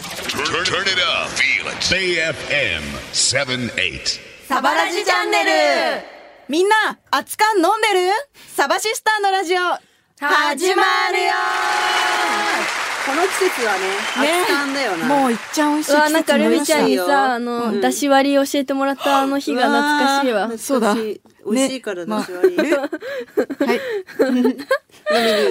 Turn, turn it up. Feel it. AFM 78. サバラジチャンネルみんな、熱燗飲んでるサバシスターのラジオ、始まるよこの季節はね、ね暑感だよな。もういっちゃん美味しいうわ、なんか季ル節にりミましちたゃんに季節になりましたよさ、あの、出し割り教えてもらったあの日が懐かしいわ。懐かしいそうだ美味しいからねだし割り。ま はい。飲みに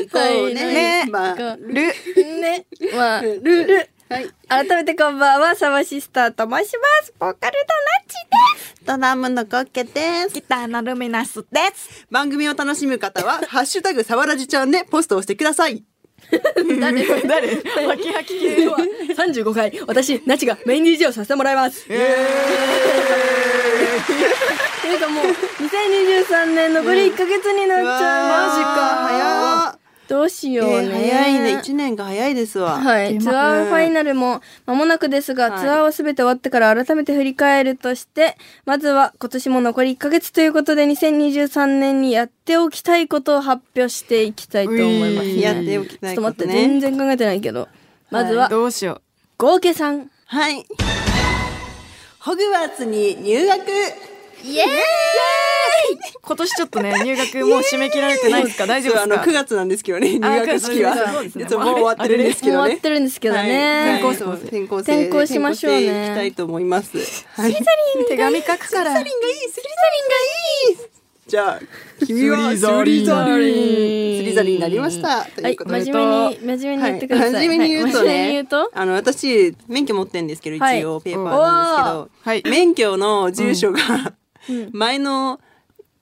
行こうはね。いねまあ、かル、ね。まあ、ルル。はい。改めてこんばんは、サバシスターと申します。ボーカルドラムのコッケです。ギターのルミナスです。番組を楽しむ方は、ハッシュタグさわらじちゃんでポストをしてください。誰ハキハキ系とナチです。35回、私、ナチがメイン DJ をさせてもらいます。えー、ていうかもう、2023年残り1ヶ月になっちゃう。マジか。ジか。どうしよう早ねい。。早いね。一年が早いですわ。はい、ツアーファイナルも間もなくですが、はいツアーは全て終わってから改めて振り返るとして、まずは今年も残り1ヶ月ということで、2023年にやっておきたいことを発表していきたいと思います、うね。いやっておきたいちょっとこ待とって、全ね。然考えてないけど。まずは、どうしよ合計さん。はい。ホグワーツに入学。イエーイう。今年ちょっ とね、入学もう締め切られてないですか大丈夫ですあのか9月なんですけどね、入学式あ9月は。そうですいねつももう終わってるんですけもう終どわねっ。てるんですけどね。はい転校生はい転校生転校しましょうね転校していきたいと思います。はい。スリ手紙書くから。ンがいい、スリザリンがいい。じゃあ君はスリザリンスリザリンになりましたとはいいうことで。真面目に、真面目に言ってください。はい真面目に言うとはい真面目に言ねうと、あの私免許持ってんですけどはい一応ペーパーなんですけど、はい免許の住所がん前の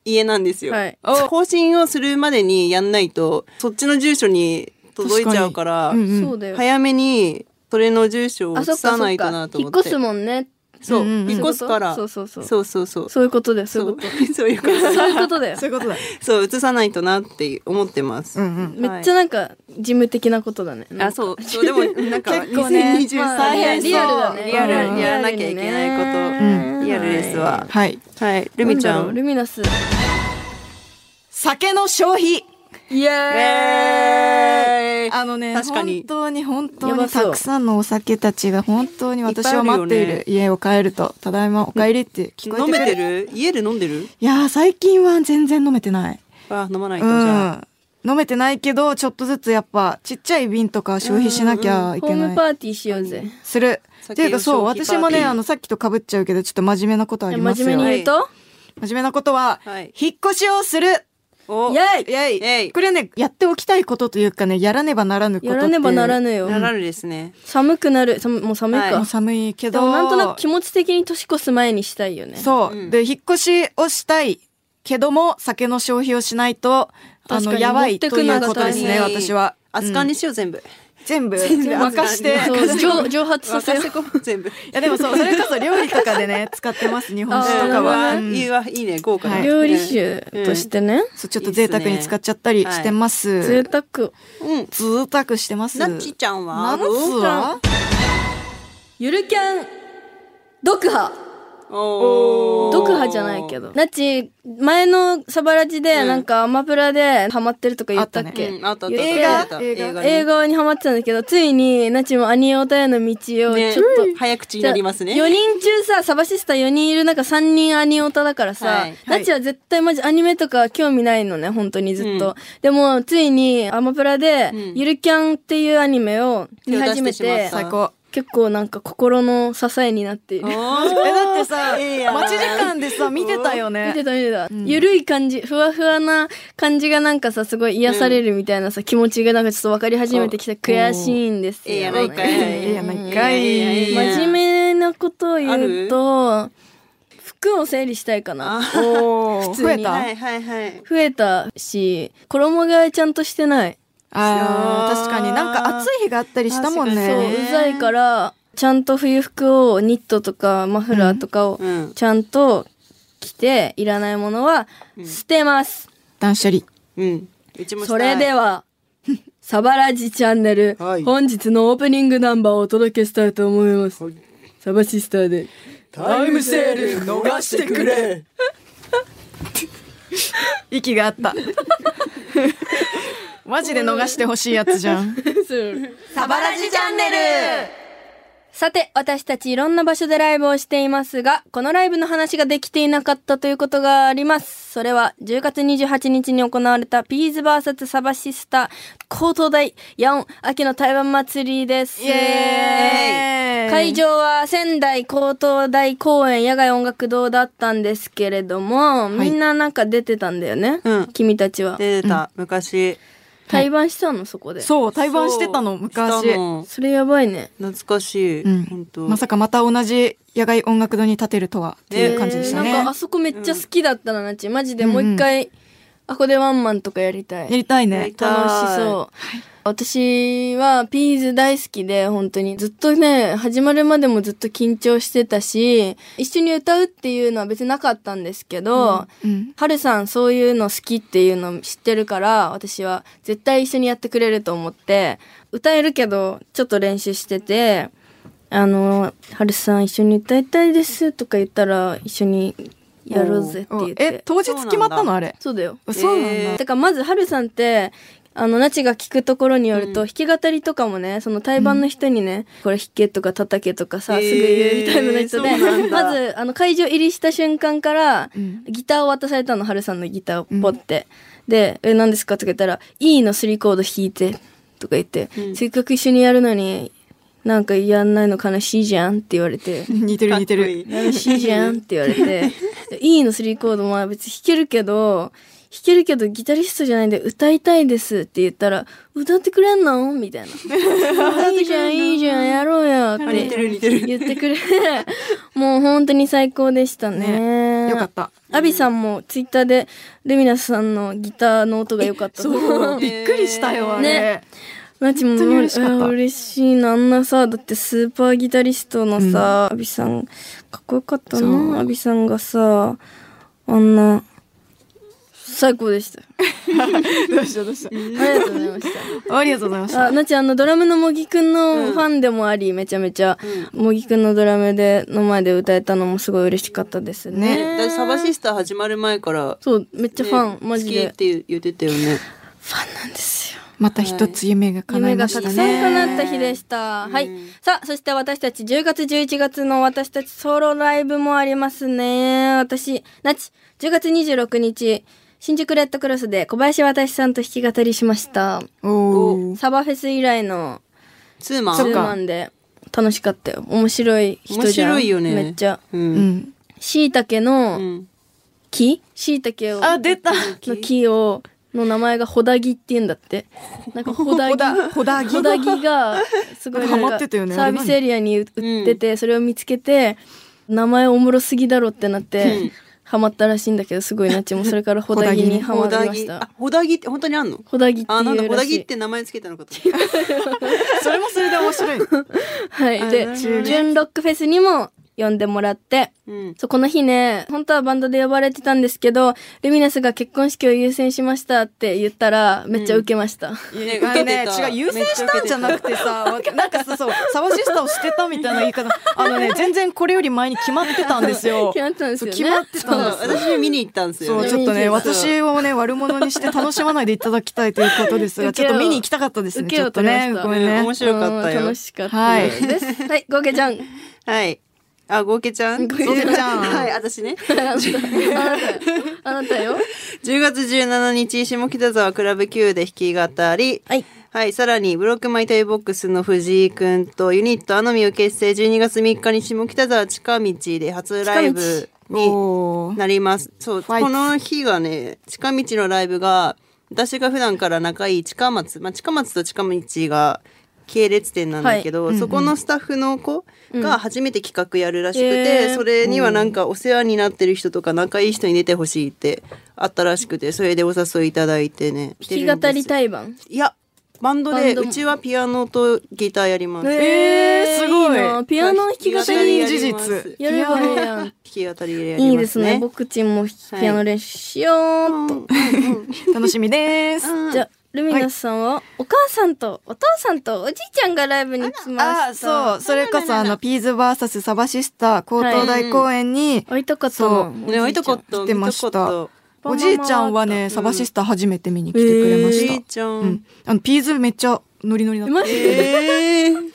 家なんですよ、はい更新をするまでにやんないとそっちの住所に届いちゃうから確かにうんそうだよ。早めにそれの住所をあ、移そっかそさっないとかな。と引っ思っ越てすもんね。そう、うんうんうん引っ越すからそうそうそうそうそうそうそういうことだよ、そういうそこうと。そういうこそういうことだよ そ。ういうことだ。とそう移さないとなって思ってます、うんうん。めっちゃなんか、事務的なことだね。あそうそうでもなんか結構ね2023年、まあリアルリアルだねそうリアルうんやらなきゃいけないこと、うんリアルですわはい。はいルミちゃなんだろうんルミナス。酒の消費。イエーイえーあのね、確かに本当に本当やにばそうたくさんのお酒たちが本当に私を待っていいっぱいあるるよね家を帰ると、ただいまお帰りって聞こ飲えてくる。めてる家で飲んでるいやー最近は全然飲めてない。あ飲まないうとじゃあん。飲めてないけど、ちょっとずつやっぱちっちゃい瓶とか消費しなきゃいホーけムない。パーティーしようぜ。する。酒っていうかそう、消費パーテ私ィーもね、あのさっきと被っちゃうけど、ちょっと真面目なことあいりやます真よ。面目に言うと真面目なことは、はい引っ越しをするおイエイイエイイエイこれね、やっておきたいことというかね、やらねばならぬことやっていうらねばならぬよ。ならぬですね寒くなる。寒もう寒いはもうか。寒いけでど。もなんとなく気持ち的に年越す前にしたいよね。そう、うんで、引っ越しをしたいけども、酒の消費をしないと、あ確かの、にやばいという持こってくのがと大で変すね、私は。熱燗にしよう全部全部、任して。そうい蒸蒸発させ任よせう。こ全部や、でもそう、それこそ料理とかでね、使っ てます、日本酒とかは。ううんんいいわいいね豪華だはい料理酒としてね。そう、ちょっと贅沢に使っちゃったりしてます。贅沢。うん贅沢してます。なっちちゃんはなっちはゆるキャン、毒派。おー毒派じゃないけど。ナッチ、前のサバラジで、うんなんかアマプラでハマってるとか言ったっけ、うんあったあった言って映画た映画映画ね映画にハマってたんだけど、ついにナッチもアニオタへの道をちょっと、ね早口になりますね4人中さ、サバシスタ4人いる中3人アニオタだからさ、はいナッチは絶対マジアニメとか興味ないのね、本当にずっと。でも、ついにアマプラで、んゆるキャンっていうアニメを見始め手を出しててしまった最高。結構なんか心の支えになっている。え、だってさ、いいや待ち時間でさ、見てたよ見てね。た見てた、ゆるい感じふわふわな感じがなんかさすごい癒されるみたいなさ、気持ちがなんかちょっと分かり始めてきた悔しいんですよ、ええやないかいええやないかい。真面目なことを言うと服を整理したいかなおー普通に増えたはいはいはい増えたし衣替えちゃんとしてないあーそう確かになんか暑い日があったりしたもん確そうかにね。うざいからちゃんと冬服をニットとかマフラーとかをうんちゃんと着ていらないものは捨てます、断捨離。うんうちもしたそいれでは、サバラジチャンネル、はい本日のオープニングナンバーをお届けしたいと思います。サバシスターで。タイムセール逃してくれ息があった。 マジで逃してほしいやつじゃん。そうサバラジチャンネル。さて、私たちいろんな場所でライブをしていますが、このライブの話ができていなかったということがあります。それは、10月28日に行われたピーズバーサスサバシスター、高東大ヤオン秋の台湾祭りです。イエーイ会場は仙台高東大公園野外音楽堂だったんですけれども、みんななんか出てたんだよね。うん君たちは。出てた、昔。対バンしたの、そこで。そう、対バンしてたの、昔。したのそれやばいね。懐かしい。本当。まさかまた同じ野外音楽堂に立てるとはっていう感じでしたね。なんかあそこめっちゃ好きだったな、なち。マジでもう一回、あこでワンマンとかやりたやい。りたいやりね。たい楽しそう。私はピーズ大好きで、本当に。ずっとね、始まるまでもずっと緊張してたし、一緒に歌うっていうのは別になかったんですけど、うん。はるさんそういうの好きっていうの知ってるから私は絶対一緒にやってくれると思って歌えるけどちょっと練習してて「あのはるさん一緒に歌いたいです」とか言ったら一緒にやろうぜって言っえて、当日決まったそうなんだのあれ。そうだよ。そうなんだ。えーだからまずはるさんってあのなちが聞くところによると、弾き語りとかもねその対バンの人にね、これ弾けとか叩けとかさ、えーすぐ言うみたいなやつでそうなんだまずあの会場入りした瞬間から、んギターを渡されたのはるさんのギターをポって、で「え何ですか?」とか言ったら「E の3コード弾いて」とか言って、せっかく一緒にやるのになんかやんないの悲しいじゃんって言われて。似てる似てかっこいるい。楽しいじゃんって言われて、E の3コードも別に弾けるけど、弾けるけどギタリストじゃないんで歌いたいですって言ったら、歌ってくれんのみたいな。歌ってじゃん、いいじゃん、やろうよって似てる似てる言ってくれて、もう本当に最高でしたね。よかった。アビさんもツイッターでルミナスさんのギターの音が良かったとそう。びっくりしたよ、あれね。マジも本当に嬉しかったうん嬉しいなあんなさだってスーパーギタリストのさ、アビさんかっこよかったそうなアビさんがさあんな最高でしたどうしたどうしありがとうございましたた。ありがとうございました。あなちあのドラムの茂木くんのファンでもあり、めちゃめちゃ茂木くんのドラムでの前で歌えたのもすごい嬉しかったですねね、私サバシスター始まる前から、そうめっちゃねファン、マジ好きでって言ってたよね。ファンなんですよまた一つ夢が叶い夢まがしたたくさんね。叶った日でした。はい。さあ、そして私たち10月11月の私たちソロライブもありますね。私、なち、10月26日、新宿レッドクロスで小林私さんと弾き語りしました。おお。サバフェス以来のツーマン。ツそっーかマンで楽しかったよ。面白い人じゃん。面白いよねめっちゃ。う。うんん。椎茸うのん。木椎茸を。あ、出た。の木を、の名前がホダギって言うんだって。なんかホダギ。ほだぎホ。ダギがすごいなんハマかっサてたよねービスエリアに売っててそれを見つけて名前おもろすぎだろってなってハマったらしいんだけどすごいなっちもそれからホダギにハほマりだましぎ。あた、ほだぎって本当にあんのホダギってあ、なんだ、いうほらだしぎっいて名前つけた のかと思った。それもそれで面白い。はいでなるほどね純ロックフェスにも呼んでもらってうん。そうこの日ね本当はバンドで呼ばれてたんですけどルミナスが結婚式を優先しましたって言ったらめっちゃウケました、 ねあのね、受けてた違う、優先したんじゃなくてさ、わなんかさ、そう、サバシスタをしてたみたいな言い方。あのね、全然これより前に決まってたんです よ。決まってたんですよねそう決まってそうたんです。私見に行ったんですよ。そう、ちょっとね、私をね、悪者にして楽しまないでいただきたいということですが、受ちけょっようと見に行きたかったですね。受けちよょうっとね、とご思めいんうんね面。白かったうんよ楽。しかったですはい、ゴーケちゃんはい。あ、ゴーケちゃん。ゴーケちゃんはい、私 ね。あなたよ10月17日、下北沢クラブ Q で弾き語り。はい。はい、さらに、ブロックマイタイボックスの藤井くんとユニットアノミを結成12月3日に下北沢近道で初ライブにおーなります。そう、ァイこトの日がね、近道のライブが、私が普段から仲いい近松、まあ、近松と近道が系列店なんだけど、そこのスタッフの子が初めて企画やるらしくて、へーそれにはなんかお世話になってる人とか仲いい人に出てほしいってあったらしくて、それでお誘いいただいてね。弾き語りい対バンいや、バンドバで、ンドうちはピアノとギターやります。弾えーすごいなピアノ弾き語は確かりにや事ります実。やればいいやんき語りでやりますね。いいですね僕ちもピアノ練習しようっと、楽しみです。 じゃあルミナスさんは、お母さんとお父さんとおじいちゃんがライブに来あまーしそたう、それこそあの、ピーズバーサスサバシスタ、高東大公園に、会いたかったなそうね、会いたかった。来てまし見たかたっ。おじいちゃんはね、サバシスタ初めて見に来てくれまた。おしじたい。ちゃ。うんん。あの、ピーズめっちゃノリノリだった。マジでえー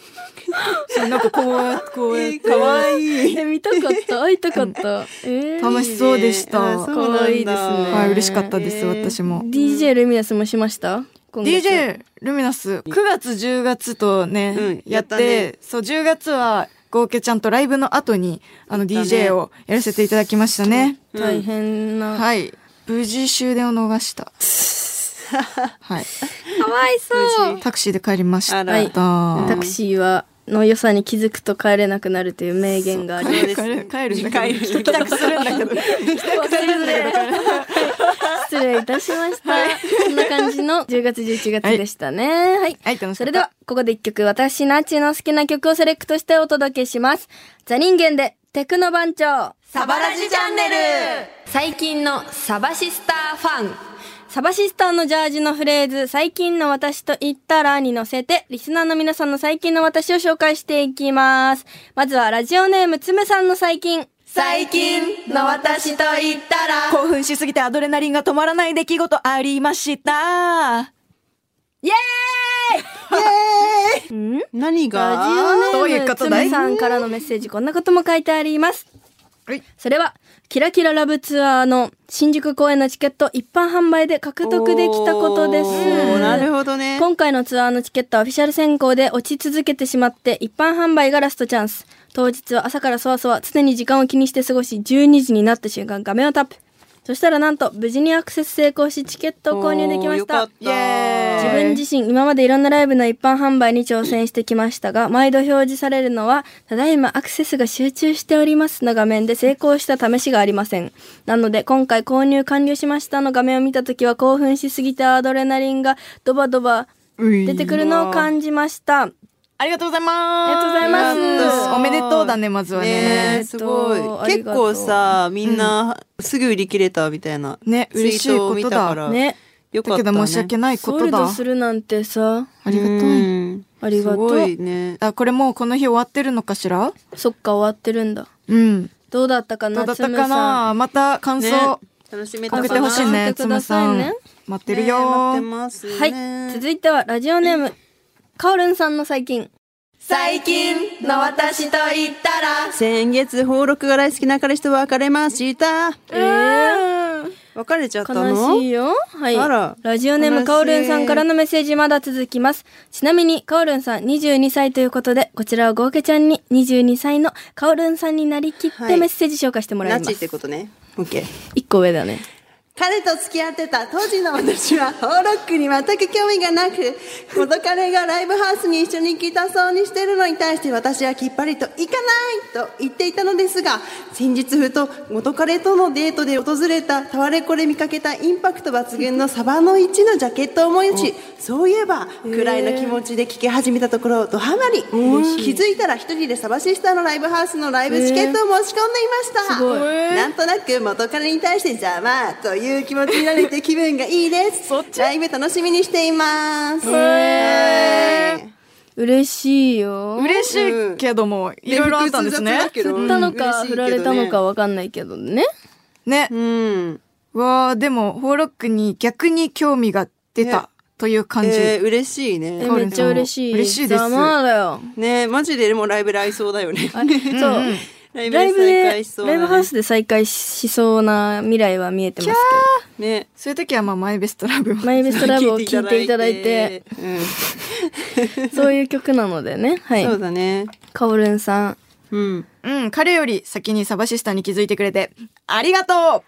そうなんかこうこうやってかわいい。 え見たかった会いたかった、えー楽しそうでしたあそうなんだ可愛いですねはい嬉しかったです、えー私も DJ ルミナスもしました今月 DJ ルミナス9月10月とね、うんややってったねそう10月は合計ちゃんとライブの後にあのやったね DJ をやらせていただきましたね、大変な、はい無事終電を逃した はいかわいそうタクシーで帰りましたあらはいタクシーはの良さに気づくと帰れなくなるという名言があり 帰まする帰る帰る帰帰る宅するんだけど。わかりづらい失礼いたしました、そんな感じの10月11月でしたねはい、はい楽しかったそれではここで一曲私ナチの好きな曲をセレクトしてお届けしますザ人間でテクノ番長サバラジチャンネル最近のサバシスターファンサバシスターのジャージのフレーズ「最近の私と言ったら」に乗せてリスナーの皆さんの最近の私を紹介していきますまずはラジオネームつむさんの最近最近の私と言ったら興奮しすぎてアドレナリンが止まらない出来事ありましたイエーイん何ラジがオネームつむさんからのメッセージこんなことも書いてありますはいそれはキラキララブツアーの新宿公演のチケット一般販売で獲得できたことですおーなるほどね。今回のツアーのチケットはオフィシャル選考で落ち続けてしまって一般販売がラストチャンス当日は朝からそわそわ常に時間を気にして過ごし12時になった瞬間画面をタップそしたらなんと無事にアクセス成功しチケットを購入できましおーよかたったイエーイ自分自身今までいろんなライブの一般販売に挑戦してきましたが毎度表示されるのは「ただいまアクセスが集中しております」の画面で成功した試しがありませんなので今回購入完了しましたの画面を見た時は興奮しすぎてアドレナリンがドバドバ出てくるのを感じましたありがとうございまあすりがとうございますおめでとうだねまずはねえねえすごえっとあい。り結がとう構さ、みんなすぐ売り切れたみたいな。ねツイ嬉しいートこを見とただから。ねよかだっけたどね。申し訳ないこソーとルドだするなんてさありがとううんありがとうすごいね。あこれもうこの日終わってるのかしらそっか終わってるんだうんどうだったかどなうだっつたむかさんなまた感想楽しめたか送なってほしいね送つってくむだささいんね待ってるね待ってよますね。はい続いてはラジオネームかおるんさんの最近最近の私と言ったら先月、宝録が大好きな彼氏と別れました。えー別れちゃったの悲しいよ。はい。あらラジオネームかおるんさんからのメッセージまだ続きます。ちなみにかおるんさん22歳ということで、こちらはゴーケちゃんに22歳のかおるんさんになりきっはていメッセージ紹介してもらナいまチっす。てことね。オッケー。一個上だね。彼と付き合ってた当時の私はホーロックに全く興味がなく元彼がライブハウスに一緒に来たそうにしてるのに対して私はきっぱりと行かないと言っていたのですが先日ふと元彼とのデートで訪れたタワレコで見かけたインパクト抜群のサバの一のジャケットを思い出しそういえばくらいの気持ちで聴き始めたところドハマり気づいたら一人でサバシスターのライブハウスのライブチケットを申し込んでいました。すごいなんとなく元彼に対して邪魔という気持ちになれて気分がいいです。ライブ楽しみにしています。はい嬉しいよ。嬉しいけどもいろいろあったんですね複雑だけど振ったの嬉しかいけどね振られたのかわかんないけどね。ねうん。わあでもホーロックに逆に興味が出たという感じえー、嬉しいえね。かおめるんさんっちゃも嬉しい。嬉しいですざまあだよ。ねマジででもライブ来そうだよね。あそう。 ライブライブでで再会し、そうだラね。イブハウスで再会しそうな未来は見えてますね。そういう時はまあマイベストラブをけど。マイベストラブを聴いていただいて、。う ん。そういう曲なのでね。はい。そうだね。かおるんさん。うん。うん、彼より先にサバシスターに気づいてくれて、ありがとあり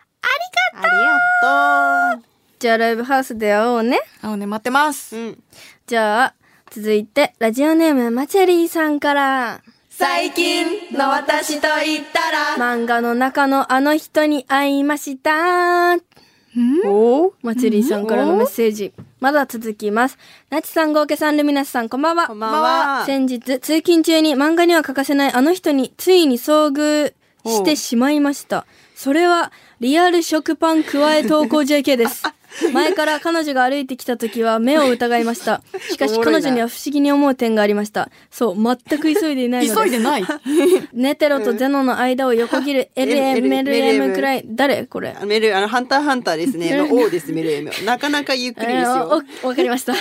がとじゃあライブハウスで会おうね。うあのね、待ってます。う。うん。じゃあ、続いて、ラジオネームマチェリーさんから、最近の私と言ったら漫画の中のあの人に会いました。おマチェリーさんからのメッセージ。まだ続きます。なちさん、ごうけさん、ルミナスさん、こんばんは。こんばんは先日、通勤中に漫画には欠かせないあの人についに遭遇してしまいました。それは、リアル食パン加え投稿 JK です。前から彼女が歩いてきた時は目を疑いましたしかおしもろい彼な女には不思議に思う点がありましたそう全く急いでいないのです急いで ない。ネテロとゼノの間を横切る LMLM くらい誰これあメルあのハンターハンターですね。の王ですメルエ ム。なかなかゆっくりですよ。えーおおわかりま した。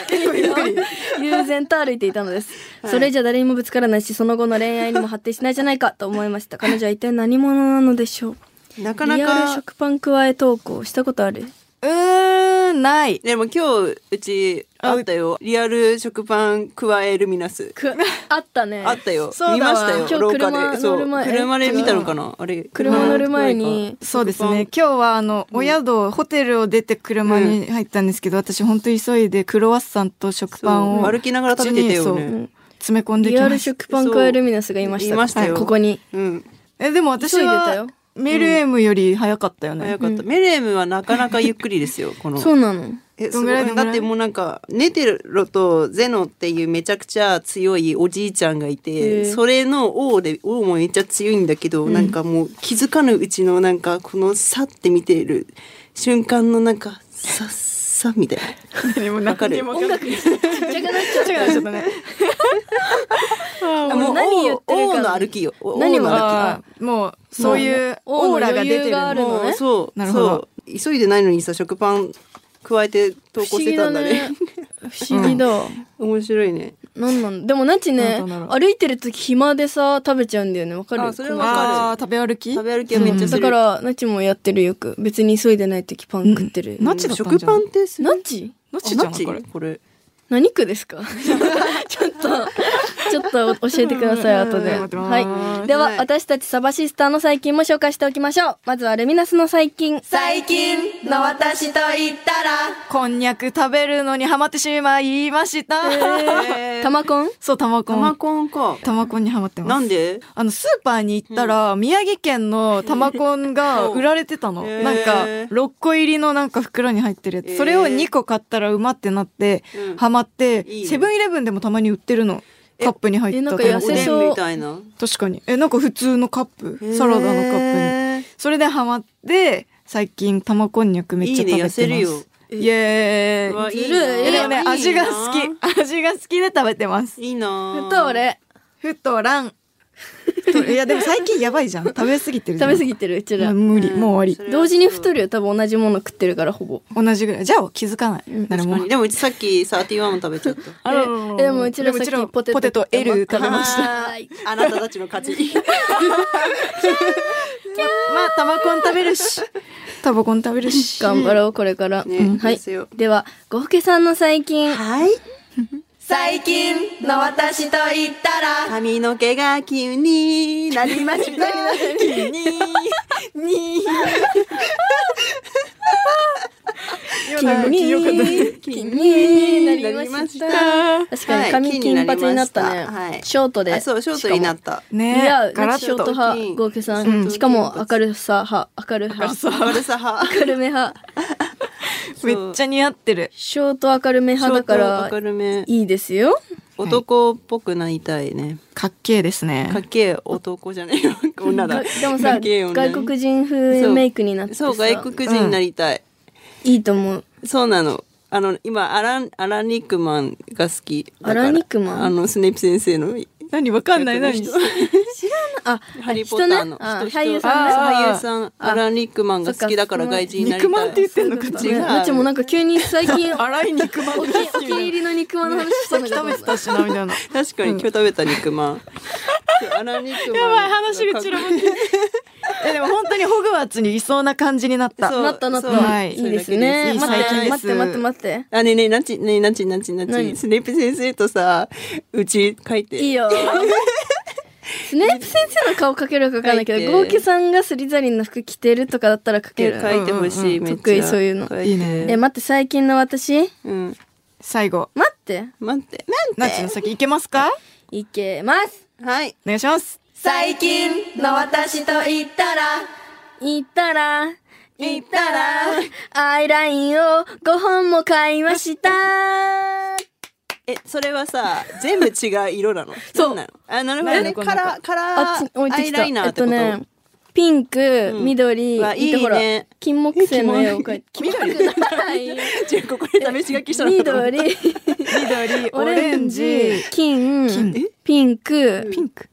悠然と歩いていたのです。それじゃ誰にもぶつからないし、その後の恋愛にも発展しないじゃないかと思いました。彼女は一体何者なのでしょう。なかなリアルか。食パン加え投稿したことある。うーん、ない。でも今日うちあったよ。リアル食パン加えルミナス。 あったね。あったよそう。だわ見ました今よ。廊日下車で。そ乗るう。前車でえ見たのかなあれ。車乗る前に。そうです食パンね。今日はあの、お宿、ホテルを出て車に入ったんですけど、私本当急いでクロワッサンと食パンそうを歩きながら食べてたよね口にそう詰め込んできリアまルした。食パン加えルミナスがいました。いましたよここに。うん。えでも私急いでたよはメルエムより早かったよね。早かった。メルエムはなかなかゆっくりですよ。 この。そうなの。えどんぐらいすごいどんぐらいだってもうなんかネテロとゼノっていうめちゃくちゃ強いおじいちゃんがいへてえそれの王で王もめっちゃ強いんだけど、なんかもう気づかぬうちのなんかこのさって見てる瞬間のなんかさっさみたいでもなわかる音楽ちっちゃくなっちゃった。ちょ っとね。あもう何言ってるか王の歩きよ王何もの歩あーもうそういうオーラが出てるまあきもうもうねそうなるほどそう急いでないのにさ食パン加えて投不稿思して議ただんだねね。不思議だ。 面白いねなんなんでもナチねなんだろう歩いてる時暇でさ食べちゃうんだよねわかるあそれはこのわかるあー食べ歩き食べ歩きはめっちゃすだる、からナチもやってるよく別に急いでない時パン食ってる、ナチだったん食じゃなパいンってするナチナあチじゃナんチこれこれ何区ですか ちょっとちょっと教えてくださいうん後で、待ってますはい、でははい私たちサバシスターの最近も紹介しておきましょうまずはルミナスの最近最近の私と言ったら、こんにゃく食べるのにハマってしまいました、タマコン そうたまこ玉んコンかたまこんにハマってますなんであのスーパーに行ったら、宮城県のたまこんが 売られてたの、へーなんか6個入りのなんか袋に入ってるやつ、へーそれを2個買ったらうまってなって、うんハマっていいねセブンイレブンでもたまに売ってるのカップに入ったえなんかたま痩こせおでそうんみたいな確かにえなんか普通のカップサラダのカップにッそれでハマって最近玉こんにゃくめっちゃ食べてますいいね痩せるよイエうわーいイいなえでもねいいな味が好き味が好きで食べてますいいなぁと俺ふとらんといやでも最近やばいじゃん食べ過ぎてるじゃ食んべ過ぎてるうちらあ無理もう終わ同時に太るるよ多分同じもの食ってるからほぼり同じぐらいじゃあ気づかない、なるもんでもうちさっき31も食べちゃっあららららえでもうちらさっでもきポテトポテト L 食べたましたあーあなたたちの勝ちまあタバコン食べるしタバコン食べるし頑張ろうこれから、ねうんはいですよではごふけさんの最近 はい最近の私と言ったら、 髪の毛が急になりま した急にに金 に金になりました確かはにい髪金髪になったね、金はいショートであそうショートになったね似合うガラショッートと派ごふけさん、うんしかも明るさ派明る派明るさ 派明るめ派めっちゃ似合ってるショート明るめ派だかショートら明るめいいですよ男っぽくなりたいねかっけえですねかっけえ男じゃ ないよ女がだでもさかっけえ女外国人風メイクになってさそう外国人になりたい、いいと思うそうなのあの今アランアランニックマンが好きだからアランニックマンあのスネイプ先生の何わかんない何人あハリーポッターの人ねあ人人俳優さんねあ俳優さんアランニックマンが好きだからそっか外人になりたい肉まんって言ってんのか違なううちもなんか急に最 近お荒い肉まん気お気に入りの肉まんの話したさっのきかと食思べってたたしなみたいな確かに今日食べた肉 まんアランニックマンやばい話が散らばって えでも本当にホグワーツにいそうな感じになったそうなったなっそうたはいいいですねいい待っ最近てで待っすて待って待ってあねえねえなちねえなちなちなち何スネイプ先生とさうち書いていいよスネープ先生の顔かけるかわかんないけ書いてどゴーケさんがスリザリンの服着てるとかだったらかけ絵る描いてほしい、うんめっちゃ得意そういうの描ていいねえ待って最近の私うん最後待って待ってナッチの先いけますかいけますはいお願いします最近の私と言ったら、行ったら行ったらアイラインを5本も買いましたえそれはさ全部違う色なのそうなんなのあなるほどなねんかカラーカラあっちー置いアてイきた。ライナーってこと、 えっとね、ピンク、緑、うわいいねほら金木犀の絵を描いて金木じゃない 違うここで試し書きしたのかと思った 緑緑オレンジ金金ピンクピンク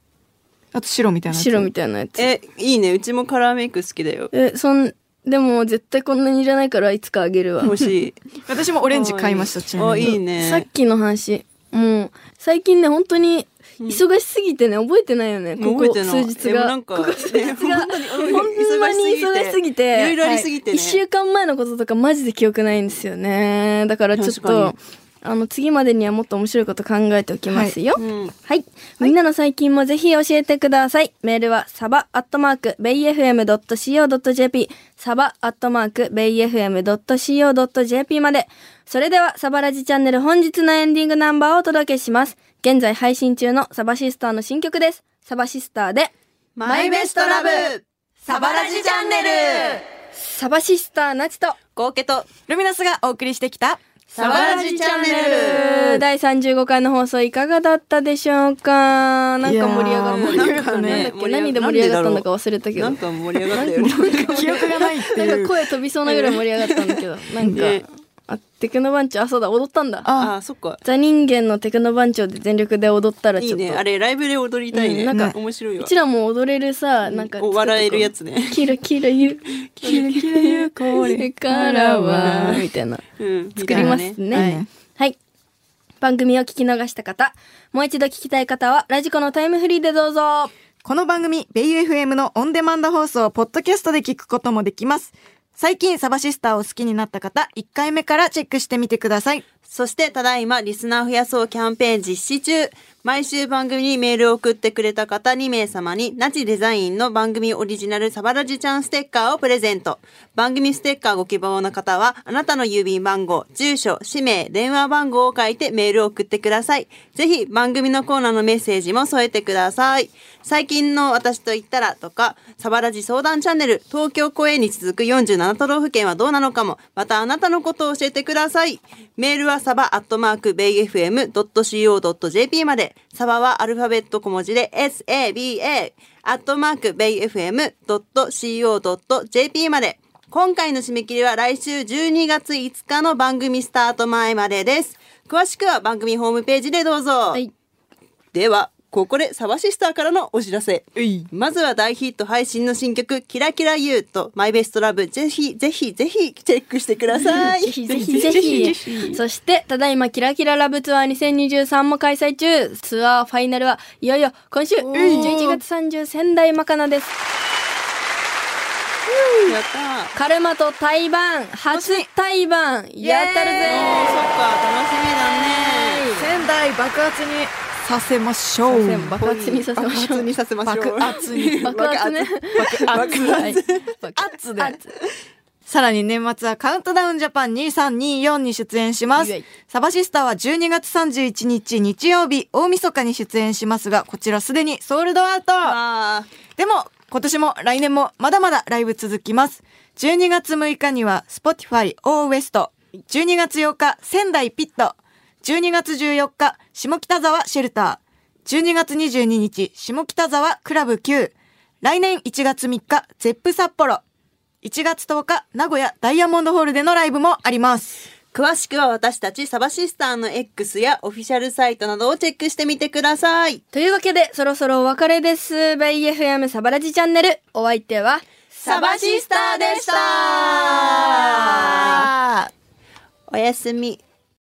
あと白みたいなやつ白みたいなやつええいいねうちもカラーメイク好きだよそんでも絶対こんなにいらないからいつかあげるわ欲しい私もオレンジ買いましたちなあみいいにねさっきの話もう最近ね本当に忙しすぎてね覚えてないよねここ覚えてない数日でもがなんかここ数日がね本本当に当に忙しすぎていろいろありすぎてね1週間前のこととかマジで記憶ないんですよねだからちょっ確かとあの次までにはもっと面白いこと考えておきますよ、うんはい。みんなの最近もぜひ教えてください。メールはサバアットマークベイ FM.co.jp サバアットマークベイ FM.co.jp まで。それではサバラジチャンネル本日のエンディングナンバーをお届けします。現在配信中のサバシスターの新曲です。サバシスターでマイベストラブサバラジチャンネルサバシスターナチと合計とルミナスがお送りしてきたサバラジチャンネル第35回の放送いかがだったでしょうかなんか盛り上がった。いやーなんかなんだねっけ何で盛り上がったんだか忘れたけどなん。か盛り上がったよね記憶がないってないんうか声飛びそうなぐらい盛り上がったんだけどなんか、ねあテクノ番長あそうだ踊ったんだああそっかザ人間のテクノ番長で全力で踊ったらちいいょっとねあれライブで踊りたいうねんなんか面白いうわちらも踊れるさなんかお笑えるやつねキラキラ言うキラキラ言うこれからはみたいなうん作りますみたいなねねはい、番組を聞き逃した方もう一度聞きたい方はラジコのタイムフリーでどうぞこの番組、ベイ FM のオンデマンド放送をポッドキャストで聞くこともできます。最近サバシスターを好きになった方、1回目からチェックしてみてください。そしてただいまリスナー増やそうキャンペーン実施中毎週番組にメールを送ってくれた方2名様にナチデザインの番組オリジナルサバラジちゃんステッカーをプレゼント番組ステッカーご希望の方はあなたの郵便番号住所氏名電話番号を書いてメールを送ってくださいぜひ番組のコーナーのメッセージも添えてください最近の私と言ったらとかサバラジ相談チャンネル東京公演に続く47都道府県はどうなのかもまたあなたのことを教えてくださいメールはサバアットマークベイ FM.co.jp までサバはアルファベット小文字で SABA アットマークベイ FM.co.jp まで今回の締め切りは来週12月5日の番組スタート前までです詳しくは番組ホームページでどうぞ、はいではここでサバシスターからのお知らせまずは大ヒット配信の新曲「キラキラ YOU」と「マイベストラブぜひぜひぜひチェックしてくださいぜひぜひぜひ。そして、ただいまキラキララブツアー2023も開催中。ツアーファイナルはいよいよ今週、11月30仙台マカナです。やったーカルマと対バン、初対バン、やったるおぜーそっか楽しみだね仙台爆発にさせましょう。せん爆発にさせましょう爆発にさせましょう爆発 に爆発ね。爆発はい爆圧でさらに年末はカウントダウンジャパン2324に出演しまイエすイ。サバシスターは12月31日日曜日、大晦日に出演しますが、こちらすでにソールドアウト。あでも、今年も来年もまだまだライブ続きます。12月6日には Spotify O ウエスト。12月8日仙台ピット。12月14日下北沢シェルター。12月22日下北沢クラブ Q。来年1月3日ゼップ札幌。1月10日名古屋ダイヤモンドホールでのライブもあります。詳しくは私たちサバシスターの X やオフィシャルサイトなどをチェックしてみてくださいというわけで、そろそろお別れです。ベイ FM サバラジチャンネル。お相手は、サバシスターでしたあーおやすみ